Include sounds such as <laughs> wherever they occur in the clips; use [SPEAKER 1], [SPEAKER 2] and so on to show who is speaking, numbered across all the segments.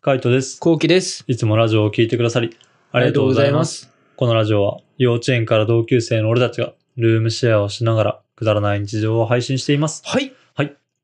[SPEAKER 1] カイトです。
[SPEAKER 2] こうきです。
[SPEAKER 1] いつもラジオを聞いてくださり、ありがとうございます。
[SPEAKER 2] す。
[SPEAKER 1] このラジオは、幼稚園から同級生の俺たちが、ルームシェアをしながら、くだらない日常を配信しています。
[SPEAKER 2] はい。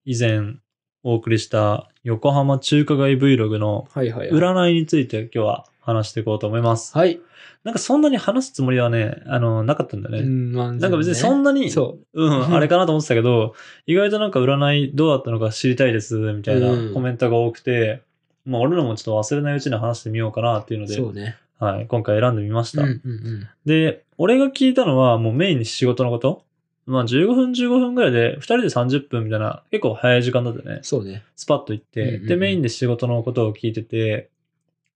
[SPEAKER 1] 以前、お送りした、横浜中華街 Vlog の
[SPEAKER 2] はいはい、はい。。
[SPEAKER 1] 占いについて、今日は話していこうと思います。
[SPEAKER 2] はい。
[SPEAKER 1] なんかそんなに話すつもりはね、あの、なかったんだよね。
[SPEAKER 2] うん、まあ、
[SPEAKER 1] なんか別にそんなに、
[SPEAKER 2] そううん
[SPEAKER 1] ん、
[SPEAKER 2] <laughs>
[SPEAKER 1] あれかなと思ってたけど、意外となんか占いどうだったのか知りたいです、みたい
[SPEAKER 2] うん
[SPEAKER 1] なコメントが多くて、まあ俺らもちょっと忘れないうちに話してみようかなっていうの
[SPEAKER 2] う。
[SPEAKER 1] で、
[SPEAKER 2] そうね。
[SPEAKER 1] はい、今回選んでみまし
[SPEAKER 2] う
[SPEAKER 1] た、
[SPEAKER 2] んうんうん。
[SPEAKER 1] で、俺が聞いたのはもうメインに仕事のことまあ15分15分ぐらいで、2人で30分みたいな、結構早い時間だったよね。
[SPEAKER 2] そうね。
[SPEAKER 1] スパッと行って、
[SPEAKER 2] うんうんうん
[SPEAKER 1] で、メインで仕事のことを聞いてて、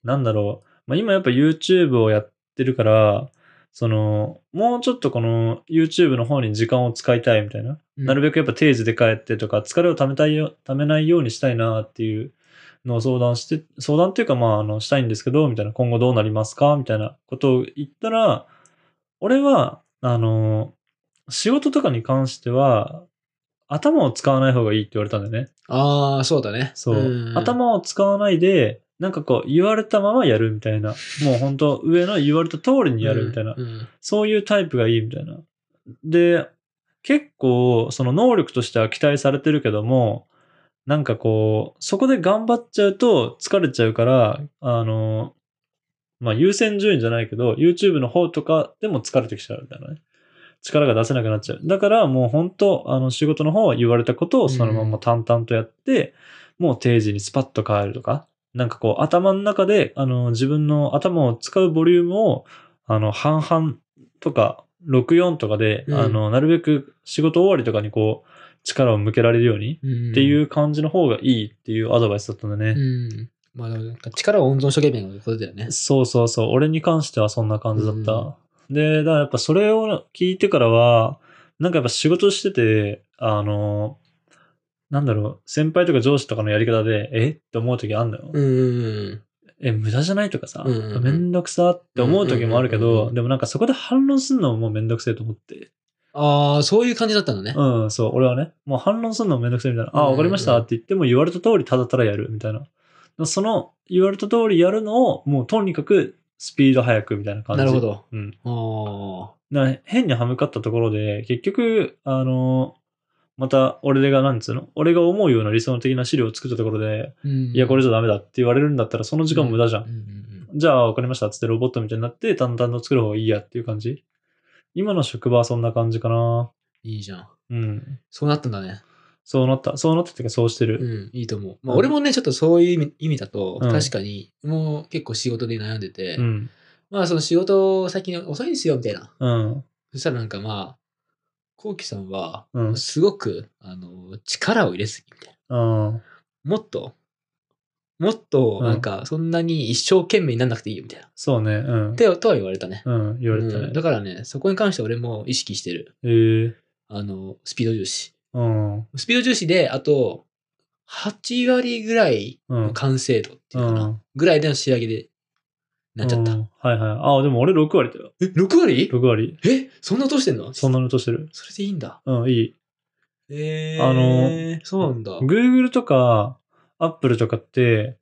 [SPEAKER 1] なんだろう、まあ、今やっぱ YouTube をやってるから、その、もうちょっとこの YouTube の方に時間を使いたいみたいな。なる
[SPEAKER 2] べ
[SPEAKER 1] べくやっぱ定時で帰ってとか、疲れをためたいよ、ためないようにしたいなっていうのを相談して、相談っていうかまあ、あの、したいんですけど、みたいな、今後どうなりますかみたいなことを言ったら、俺は、あの、仕事とかに関しては、頭を使わない方がいいって言われたんだよね。
[SPEAKER 2] ああ、そうだね。
[SPEAKER 1] そう、
[SPEAKER 2] ん
[SPEAKER 1] 頭を使わないで、なんかこう、言われたままやるみたいな。もう本当上の言われた通りにやるみたいな。
[SPEAKER 2] うんうん
[SPEAKER 1] そういうタイプがいいみたいな。で、結構、その能力としては期待されてるけども、なんかこう、そこで頑張っちゃうと疲れちゃうから、あの、まあ、優先順位じゃないけど、YouTube の方とかでも疲れてきちゃうみたいなね。力が出せなくなっちゃう。だからもう本当、あの、仕事の方は言われたことをそのまま淡々とやって、もう定時にスパッと帰るとか、なんかこう、頭の中で、あの、自分の頭を使うボリュームを、あの、半々とか、64とかで、
[SPEAKER 2] うん
[SPEAKER 1] あの、なるべく仕事終わりとかにこう、力を向けられるように
[SPEAKER 2] うん。
[SPEAKER 1] っていう感じの方がいいっていうアドバイスだったんだね。
[SPEAKER 2] うん。まあ、なんか力を温存しとけばいいのがことだよね。
[SPEAKER 1] そうそうそう。俺に関してはそんな感じだった。で、だからやっぱそれを聞いてからは、なんかやっぱ仕事してて、あの、なんだろう、先輩とか上司とかのやり方で、えって思う時あんのよ。
[SPEAKER 2] うんうん
[SPEAKER 1] え、無駄じゃないとかさ、
[SPEAKER 2] うんうんうん
[SPEAKER 1] めんどくさって思う時もあるけ
[SPEAKER 2] うんうんうんうん
[SPEAKER 1] ど、
[SPEAKER 2] うん
[SPEAKER 1] でもなんかそこで反論するのももうめんどくせえと思って。
[SPEAKER 2] ああ、そういう感じだったのね。
[SPEAKER 1] うん、そう、俺はね、もう反論するのもめんどくせえみたいな、
[SPEAKER 2] うん
[SPEAKER 1] あ、
[SPEAKER 2] うんう
[SPEAKER 1] わ
[SPEAKER 2] ん
[SPEAKER 1] かりましたって言っても言われた通りただただやるみたいな。その言われた通りやるのを、もうとにかくスピード速くみたいな感じ。
[SPEAKER 2] なるほ。ど。
[SPEAKER 1] うん。
[SPEAKER 2] あ
[SPEAKER 1] な変に歯向かったところで、結局、あの、また俺が、なんつうの俺が思うような理想的な資料を作ったところで、
[SPEAKER 2] あ。い
[SPEAKER 1] いや、これ
[SPEAKER 2] じ
[SPEAKER 1] じゃダメだって言われるんだったら、その時間無駄じゃん
[SPEAKER 2] うん。うん
[SPEAKER 1] じゃあ、わかりました。つってロボットみたいになって、淡々と作る方がいいやっていう感じ。今の職場はそんな感じかな。
[SPEAKER 2] うん。いいじゃん。
[SPEAKER 1] うん。
[SPEAKER 2] そうなったんだね。
[SPEAKER 1] そうなった。そうなったっていうか、そうして
[SPEAKER 2] う
[SPEAKER 1] る。
[SPEAKER 2] ん、いいと思う。ま
[SPEAKER 1] う
[SPEAKER 2] あ、
[SPEAKER 1] ん
[SPEAKER 2] 俺もね、ちょっとそういう意味意味だと、
[SPEAKER 1] うん
[SPEAKER 2] 確かに、もう結構仕事で悩んでて、
[SPEAKER 1] うん。
[SPEAKER 2] まあ、その仕事先に遅いんですよ、みたいな。
[SPEAKER 1] うん。
[SPEAKER 2] そしたらなんかまあ、こうきさんは
[SPEAKER 1] う、ん
[SPEAKER 2] すごく、あの、力を入れすぎみたい
[SPEAKER 1] うん。
[SPEAKER 2] な。もっと、もっと、
[SPEAKER 1] うん
[SPEAKER 2] なんか、そんなに一生懸命にならなくていいよ、みたいな。
[SPEAKER 1] そうね。うん。
[SPEAKER 2] てとは言われたね。
[SPEAKER 1] うん。言われた
[SPEAKER 2] うん
[SPEAKER 1] ね
[SPEAKER 2] だ。からね、そこに関して俺も意識してる。
[SPEAKER 1] えー。
[SPEAKER 2] あの、スピード重視。
[SPEAKER 1] うん。
[SPEAKER 2] スピード重視で、あと、8割ぐらい
[SPEAKER 1] うん
[SPEAKER 2] の。完成度っていうかな、
[SPEAKER 1] うん
[SPEAKER 2] ぐらいでの仕上げでなっちゃった。
[SPEAKER 1] うんはいはい。あ、でも俺6割だよ。
[SPEAKER 2] え、6割
[SPEAKER 1] 6割。
[SPEAKER 2] え、そんな落としてんの
[SPEAKER 1] そんなのとしてる。
[SPEAKER 2] それでいいんだ。
[SPEAKER 1] うん、いい。
[SPEAKER 2] え
[SPEAKER 1] あ
[SPEAKER 2] の、そうなんだ。
[SPEAKER 1] Google とか Apple とかって、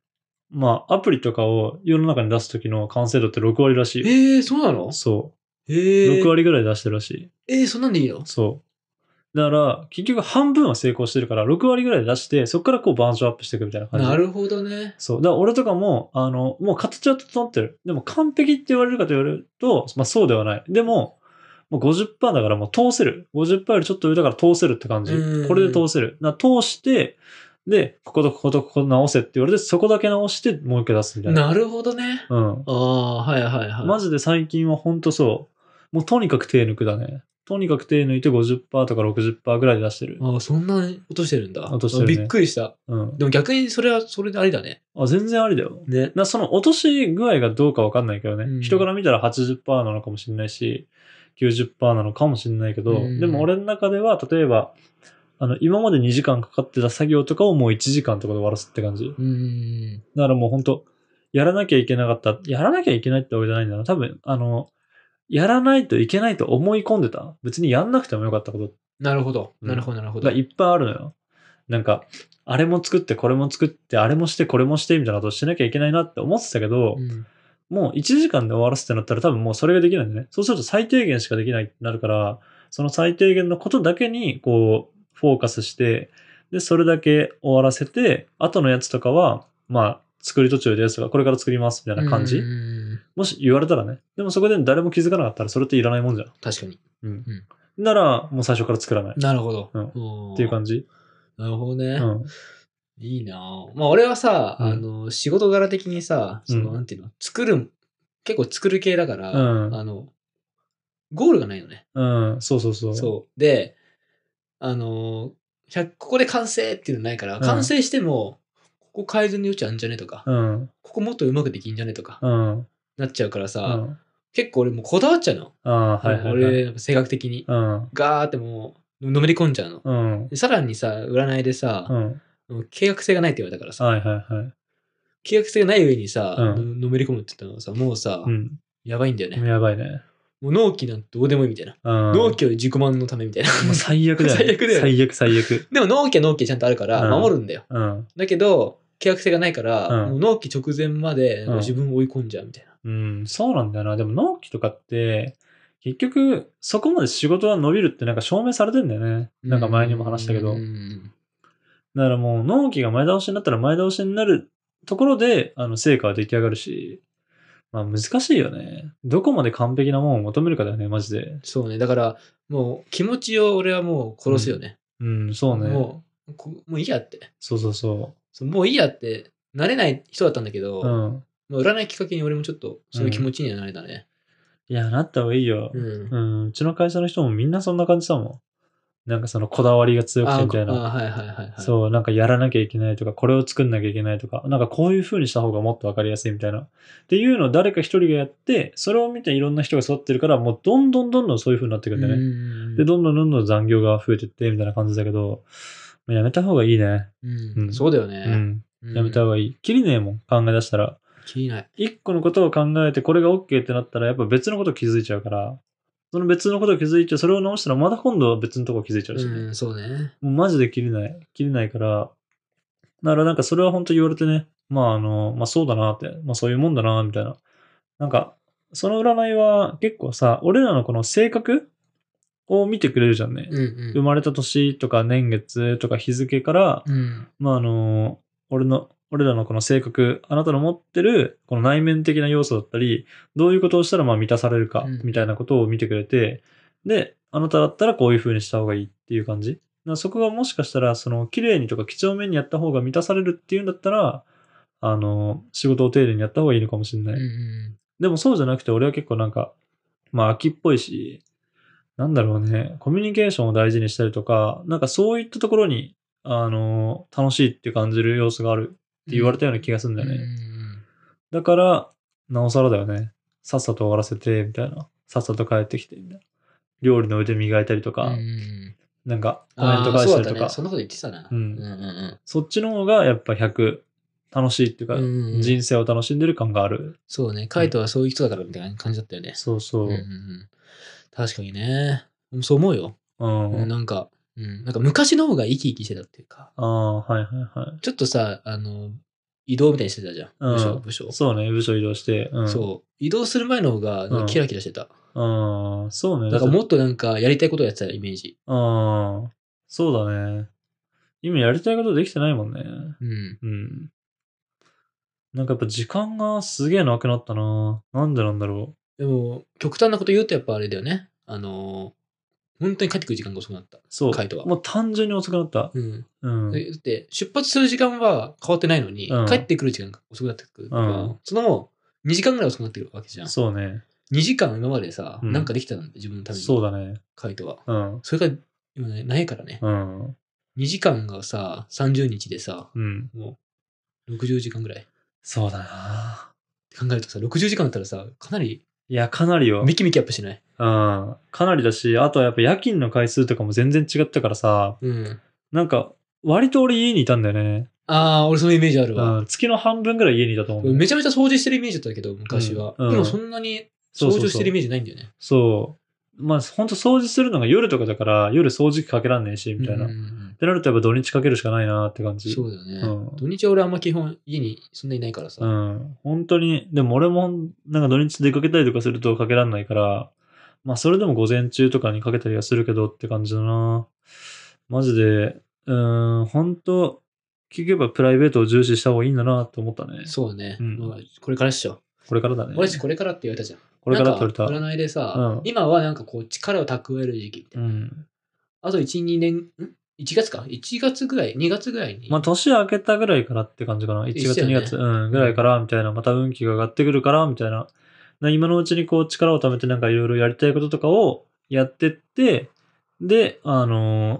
[SPEAKER 1] まあ、アプリとかを世の中に出すときの完成度って6割らしいよ。
[SPEAKER 2] えー、そうなの
[SPEAKER 1] そ
[SPEAKER 2] え
[SPEAKER 1] う。
[SPEAKER 2] ー、
[SPEAKER 1] 6割ぐらい出してるらしい。
[SPEAKER 2] えー、そんなんでいいの
[SPEAKER 1] そう。だから、結局半分は成功してるから、6割ぐらい出して、そこからこうバージョンアップしていくみたいな感じ。
[SPEAKER 2] なるほどね。
[SPEAKER 1] そう。だから俺とかも、あの、もう形は整ってる。でも完璧って言われるかと言われると、まあそうではない。でも、もう50%だからもう通せる。50%よりちょっと上だから通せるって感じ
[SPEAKER 2] う。ん
[SPEAKER 1] これで通せる。な通して、で、こことこことここ直せって言われて、そこだけ直してもう一回出すみたいな。
[SPEAKER 2] なるほどね。
[SPEAKER 1] うん。
[SPEAKER 2] ああ、はいはいはい。
[SPEAKER 1] マジで最近はほんとそう。もうとにかく手抜くだね。とにかく手抜いて50%とか60%ぐらいで出してる。
[SPEAKER 2] ああ、そんなに落としてるんだ。
[SPEAKER 1] 落としてるね
[SPEAKER 2] あびっくりした。
[SPEAKER 1] うん。
[SPEAKER 2] でも逆にそれはそれでありだね。
[SPEAKER 1] あ、全然ありだよ。
[SPEAKER 2] ね。
[SPEAKER 1] なその落とし具合がどうかわかんないけどね、
[SPEAKER 2] うん
[SPEAKER 1] 人から見たら80%なのかもしれないし90%なのかもしれないけど、
[SPEAKER 2] うん
[SPEAKER 1] でも俺の中では例えばあの今まで2時間かかってた作業とかをもう1時間とかで終わらすって感じ
[SPEAKER 2] うーん。
[SPEAKER 1] だからもうほんとやらなきゃいけなかったやらなきゃいけないってわけじゃないんだな多分あのやらないといけないと思い込んでた別にやんなくてもよかったこと
[SPEAKER 2] なるほど。
[SPEAKER 1] うん
[SPEAKER 2] なるほど、なるほど。
[SPEAKER 1] がいっぱいあるのよなんか、あれも作って、これも作って、あれもして、これもして、みたいなことをしなきゃいけないなって思ってたけど、
[SPEAKER 2] うん
[SPEAKER 1] もう1時間で終わらすってなったら多分もうそれができないんだね。そうすると最低限しかできないってなるから、その最低限のことだけにこうフォーカスして、で、それだけ終わらせて、後のやつとかは、まあ、作り途中ですとか、これから作りますみたいな感じ、
[SPEAKER 2] うん
[SPEAKER 1] もし言われたらね。でもそこで誰も気づかなかったらそれっていらないもんじゃん。
[SPEAKER 2] 確かに。
[SPEAKER 1] うん
[SPEAKER 2] うん。
[SPEAKER 1] なら、もう最初から作らない。っ
[SPEAKER 2] なるほど。
[SPEAKER 1] うん
[SPEAKER 2] ん
[SPEAKER 1] ていう感じ。
[SPEAKER 2] なるほどね。
[SPEAKER 1] うん。
[SPEAKER 2] いいなぁまあ俺はさ、
[SPEAKER 1] うん
[SPEAKER 2] あの、仕事柄的にさ、その、
[SPEAKER 1] うん
[SPEAKER 2] なんていうの、作る、結構作る系だから、
[SPEAKER 1] うん
[SPEAKER 2] あの、ゴールがないのね。
[SPEAKER 1] うん。そうそうそう。
[SPEAKER 2] そう。で、あの、100ここで完成っていうのないから、
[SPEAKER 1] うん
[SPEAKER 2] 完成しても、ここ改善の余地あんじゃねとか、
[SPEAKER 1] うん。
[SPEAKER 2] ここもっとうまくできんじゃねとか、
[SPEAKER 1] うん。うん。
[SPEAKER 2] なっちゃうからさ、
[SPEAKER 1] あ
[SPEAKER 2] 結構俺もうこだわっちゃうの。
[SPEAKER 1] あー、はいはいはい。
[SPEAKER 2] 俺、なんか性格的に。
[SPEAKER 1] うん。
[SPEAKER 2] ガーってもう、のめり込んじゃうの。
[SPEAKER 1] うん。
[SPEAKER 2] でさらにさ、占いで
[SPEAKER 1] う
[SPEAKER 2] さ、
[SPEAKER 1] ん。
[SPEAKER 2] 契約性がないって言われたからさ、
[SPEAKER 1] はいはいはい。
[SPEAKER 2] 契約性がない上にさ、
[SPEAKER 1] う
[SPEAKER 2] ののめり込むって言ったのはさ、もうさ、
[SPEAKER 1] うん。
[SPEAKER 2] やばいんだよね。
[SPEAKER 1] やばいね。
[SPEAKER 2] もう納期なんてどうでもいいみたいな。
[SPEAKER 1] うん。
[SPEAKER 2] 納期より自己満のためみたいな。
[SPEAKER 1] もう最悪だよ、ね。
[SPEAKER 2] <laughs> 最悪だよね
[SPEAKER 1] 最悪、最悪。
[SPEAKER 2] でも納期は納期でちゃんとあるから、
[SPEAKER 1] うん
[SPEAKER 2] 守るんだよ。
[SPEAKER 1] うん。
[SPEAKER 2] だけど、契約性がないから、
[SPEAKER 1] うん
[SPEAKER 2] もう納期直前まで
[SPEAKER 1] うん
[SPEAKER 2] 自分を追い込んじゃうみたいな。
[SPEAKER 1] うん、そうなんだよな。でも納期とかって、結局、そこまで仕事が伸びるってなんか証明されてんだよね。なんか前にも話したけど。
[SPEAKER 2] うん
[SPEAKER 1] だからもう納期が前倒しになったら前倒しになるところで、あの、成果は出来上がるし、まあ難しいよね。どこまで完璧なものを求めるかだよね、マジで。
[SPEAKER 2] そうね。だから、もう気持ちを俺はもう殺すよね。
[SPEAKER 1] うん、そうね。
[SPEAKER 2] もうこ、もういいやって。
[SPEAKER 1] そうそうそ
[SPEAKER 2] そうもういいやって、なれない人だったんだけど、
[SPEAKER 1] う。うん。
[SPEAKER 2] まあ、占いきっかけに俺もちょっとそういう気持ちにはなれたね。
[SPEAKER 1] いや、なった方がいいよ。
[SPEAKER 2] うん
[SPEAKER 1] うん、うちの会社の人もみんなそんな感じだもん。なんかそのこだわりが強く
[SPEAKER 2] あ
[SPEAKER 1] てみたいな。
[SPEAKER 2] あはいはいはい、はい。
[SPEAKER 1] そう、なんかやらなきゃいけないとか、これを作んなきゃいけないとか、なんかこういう風にした方がもっとわかりやすいみたいな。っていうのを誰か一人がやって、それを見ていろんな人が育ってるから、もうどんどんどんどんそういう風になってくんだね。
[SPEAKER 2] ね
[SPEAKER 1] で、どんどんどんどん残業が増えてって、みたいな感じだけど、もうやめた方がいいね。
[SPEAKER 2] う
[SPEAKER 1] うん
[SPEAKER 2] ん、そうだ
[SPEAKER 1] う
[SPEAKER 2] よね。
[SPEAKER 1] ん。
[SPEAKER 2] うん
[SPEAKER 1] やめた方がいい。きりねえもん、考え出したら。
[SPEAKER 2] 切りない。
[SPEAKER 1] 一個のことを考えて、これが OK ってなったら、やっぱ別のこと気づいちゃうから、その別のこと気づいて、それを直したら、また今度は別のとこ気づいちゃうしね。
[SPEAKER 2] うん、そうね。
[SPEAKER 1] もうマジで切れない。切れないから。だからなんかそれは本当言われてね。まああの、まあそうだなって。まあそういうもんだな、みたいな。なんか、その占いは結構さ、俺らのこの性格を見てくれるじゃんね。
[SPEAKER 2] うん
[SPEAKER 1] 生まれた年とか年月とか日付から、
[SPEAKER 2] うん。うん。
[SPEAKER 1] まああの、俺の、俺らのこの性格、あなたの持ってるこの内面的な要素だったり、どういうことをしたらまあ満たされるか
[SPEAKER 2] うん、
[SPEAKER 1] みたいなことを見てくれて、で、あなただったらこういう風にした方がいいっていう感じ。だからそこがもしかしたら、その、綺麗にとか几帳面にやった方が満たされるっていうんだったら、あの、仕事を丁寧にやった方がいいのかもしれない。
[SPEAKER 2] うんうん
[SPEAKER 1] でもそうじゃなくて、俺は結構なんか、まあ、秋っぽいし、なんだろうね、コミュニケーションを大事にしたりとか、なんかそういったところに、あの、楽しいって感じる要素があるって言われたような気がするんだよね。
[SPEAKER 2] うんうん
[SPEAKER 1] だから、なおさらだよね。さっさと終わらせて、みたいな。さっさと帰ってきて、みたいな。料理の腕磨いたりとか、
[SPEAKER 2] うんうん
[SPEAKER 1] なんか、コメン
[SPEAKER 2] あ
[SPEAKER 1] ト
[SPEAKER 2] ー
[SPEAKER 1] 返し
[SPEAKER 2] そ
[SPEAKER 1] た
[SPEAKER 2] うだっ
[SPEAKER 1] りと
[SPEAKER 2] た
[SPEAKER 1] か、
[SPEAKER 2] ね。
[SPEAKER 1] そ
[SPEAKER 2] そんなこと言ってたな。
[SPEAKER 1] うん
[SPEAKER 2] うんうん
[SPEAKER 1] っちの方がやっぱ100楽しいっていうか、
[SPEAKER 2] うんうんうん
[SPEAKER 1] 人生を楽しんでる感がある。
[SPEAKER 2] そうね。カイトはそういう人だからみたいな感じだったよね。
[SPEAKER 1] そうそうう。
[SPEAKER 2] んうんうん確かにね。そう思うよ。
[SPEAKER 1] うん。
[SPEAKER 2] なんか、うんなんか昔の方が生き生きしてたっていうか、
[SPEAKER 1] ああ、はいはいはい。
[SPEAKER 2] ちょっとさ、あの、移動みたいにしてたじゃん。
[SPEAKER 1] うん
[SPEAKER 2] 部署、部署。
[SPEAKER 1] そうね、部署移動して。うん。
[SPEAKER 2] そう。移動する前の方がなんかキラキラしてた。
[SPEAKER 1] う。ん、そうね。
[SPEAKER 2] だからも
[SPEAKER 1] っ
[SPEAKER 2] っとなんかやりたいことをやってたイメージ。
[SPEAKER 1] うん。そうだね。今やりたいことできてないもんね。
[SPEAKER 2] うん。
[SPEAKER 1] うん。なんかやっぱ時間がすげえなくなったな。なんでなんだろ
[SPEAKER 2] でも、極端なこと言うとやっぱあれだよね。あのー本当に帰ってくる時間が遅くなった。
[SPEAKER 1] う。そう。
[SPEAKER 2] カイトは
[SPEAKER 1] もう単純に遅くなった。
[SPEAKER 2] うん。
[SPEAKER 1] うん。
[SPEAKER 2] でだって、出発する時間は変わってないのに、
[SPEAKER 1] うん
[SPEAKER 2] 帰ってくる時間が遅くなってくるから、
[SPEAKER 1] うん
[SPEAKER 2] その2時間ぐらい遅くなってるわけじゃん。
[SPEAKER 1] そうね。
[SPEAKER 2] 2時間今までさ、
[SPEAKER 1] うん
[SPEAKER 2] なんかできたんだよ自分のために。
[SPEAKER 1] そうだね。
[SPEAKER 2] カイトは。
[SPEAKER 1] うん。
[SPEAKER 2] それが今ね、ないからね。
[SPEAKER 1] うん。
[SPEAKER 2] 2時間がさ、30日でさ、
[SPEAKER 1] うん。
[SPEAKER 2] もう60時間ぐらい。っ
[SPEAKER 1] そうだな。
[SPEAKER 2] て考えるとさ、60時間だったらさ、かなり
[SPEAKER 1] いや、かなりよ。う
[SPEAKER 2] ミ
[SPEAKER 1] ん。
[SPEAKER 2] キミキアップしない。
[SPEAKER 1] かなりだし、あとはやっぱ夜勤の回数とかも全然違ったからさ、
[SPEAKER 2] うん。
[SPEAKER 1] なんか、割と俺家にいたんだよね。
[SPEAKER 2] ああ、俺そのイメージあるわ。
[SPEAKER 1] うん、月の半分ぐらい家にいたと思う。
[SPEAKER 2] めちゃめちゃ掃除してるイメージだったけど、昔は。
[SPEAKER 1] うんうん
[SPEAKER 2] 今そんなに
[SPEAKER 1] そ
[SPEAKER 2] 掃
[SPEAKER 1] うそうそう
[SPEAKER 2] 除してるイメージないんだよね。
[SPEAKER 1] そう。まあ、ほんと掃除するのが夜とかだから、夜掃除機かけらんねえし、みたいな。
[SPEAKER 2] うんうんうん
[SPEAKER 1] ってなるとやっぱ土日かけるしかないなって感じ。
[SPEAKER 2] そうだよね、
[SPEAKER 1] うん
[SPEAKER 2] 土日は俺あんま基本家にそんなにいないからさ。
[SPEAKER 1] うん。本当に、でも俺も、なんか土日出かけたりとかするとかけらんないから、まあそれでも午前中とかにかけたりはするけどって感じだな。マジで、うん、本当聞けばプライベートを重視した方がいいんだなって思ったね。
[SPEAKER 2] そうだね、
[SPEAKER 1] うん
[SPEAKER 2] まあ。これからっしょ。
[SPEAKER 1] これからだね。
[SPEAKER 2] 俺たちこれからって言われたじゃん。
[SPEAKER 1] これから取れた。
[SPEAKER 2] なんか
[SPEAKER 1] う
[SPEAKER 2] 占いでさ、
[SPEAKER 1] うん
[SPEAKER 2] 今はなんかこう力を蓄える時期みたいな。
[SPEAKER 1] ん。
[SPEAKER 2] あと1、2年、ん ?1 月か ?1 月ぐらい、2月ぐらいに。
[SPEAKER 1] まあ年明けたぐらいからって感じかな。1
[SPEAKER 2] 一
[SPEAKER 1] 月、
[SPEAKER 2] 緒
[SPEAKER 1] 2
[SPEAKER 2] よね
[SPEAKER 1] 月、うん、ぐらいからみたいな。また運気が上がってくるからみたいな。な今のうちにこう力を貯めてなんかいろいろやりたいこととかをやってって、で、あのー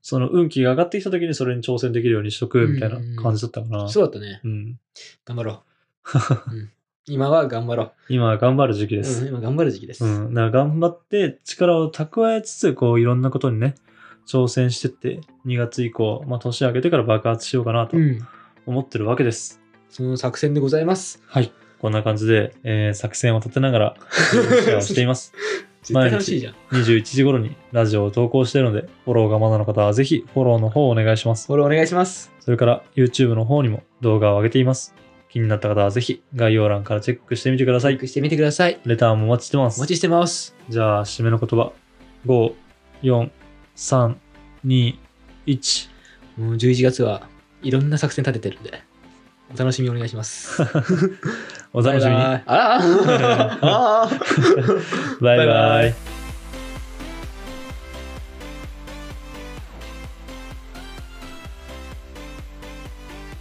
[SPEAKER 1] その運気が上がってきた時にそれに挑戦できるようにしとくみたいな感じだったかな。
[SPEAKER 2] そうだったね。
[SPEAKER 1] うん。
[SPEAKER 2] 頑張ろ
[SPEAKER 1] <laughs>
[SPEAKER 2] う。うん今は頑張ろ
[SPEAKER 1] 今頑張る時期
[SPEAKER 2] う。
[SPEAKER 1] です。
[SPEAKER 2] うん今頑張る時期です。
[SPEAKER 1] うん。だから頑張って力を蓄えつつ、こういろんなことにね、挑戦してって、2月以降、まあ年明けてから爆発しようかなと
[SPEAKER 2] うん
[SPEAKER 1] 思ってるわけです。
[SPEAKER 2] その作戦でございます。
[SPEAKER 1] はい。こんな感じで、えー作戦を立てながら、シ
[SPEAKER 2] <laughs>
[SPEAKER 1] ェアをしています。
[SPEAKER 2] 絶対楽しいじゃん。
[SPEAKER 1] 21時頃にラジオを投稿しているので、フォローがまだの方はぜひフォローの方をお願いします。
[SPEAKER 2] これお願いします。
[SPEAKER 1] それから YouTube の方にも動画を上げています。気になった方はぜひ概要欄からチェックしてみてくださ
[SPEAKER 2] チェッ
[SPEAKER 1] い
[SPEAKER 2] ク。してみてください。
[SPEAKER 1] レターもお待ちしてま
[SPEAKER 2] お
[SPEAKER 1] す。
[SPEAKER 2] 待ちしてます。
[SPEAKER 1] じゃあ、締めの言葉。5、4、3、2、1。
[SPEAKER 2] もう11月はいろんな作戦立ててるんで、お楽しみお願いします。
[SPEAKER 1] お楽しみに。
[SPEAKER 2] バイバイあらあー
[SPEAKER 1] バイバイ。
[SPEAKER 2] バイバイ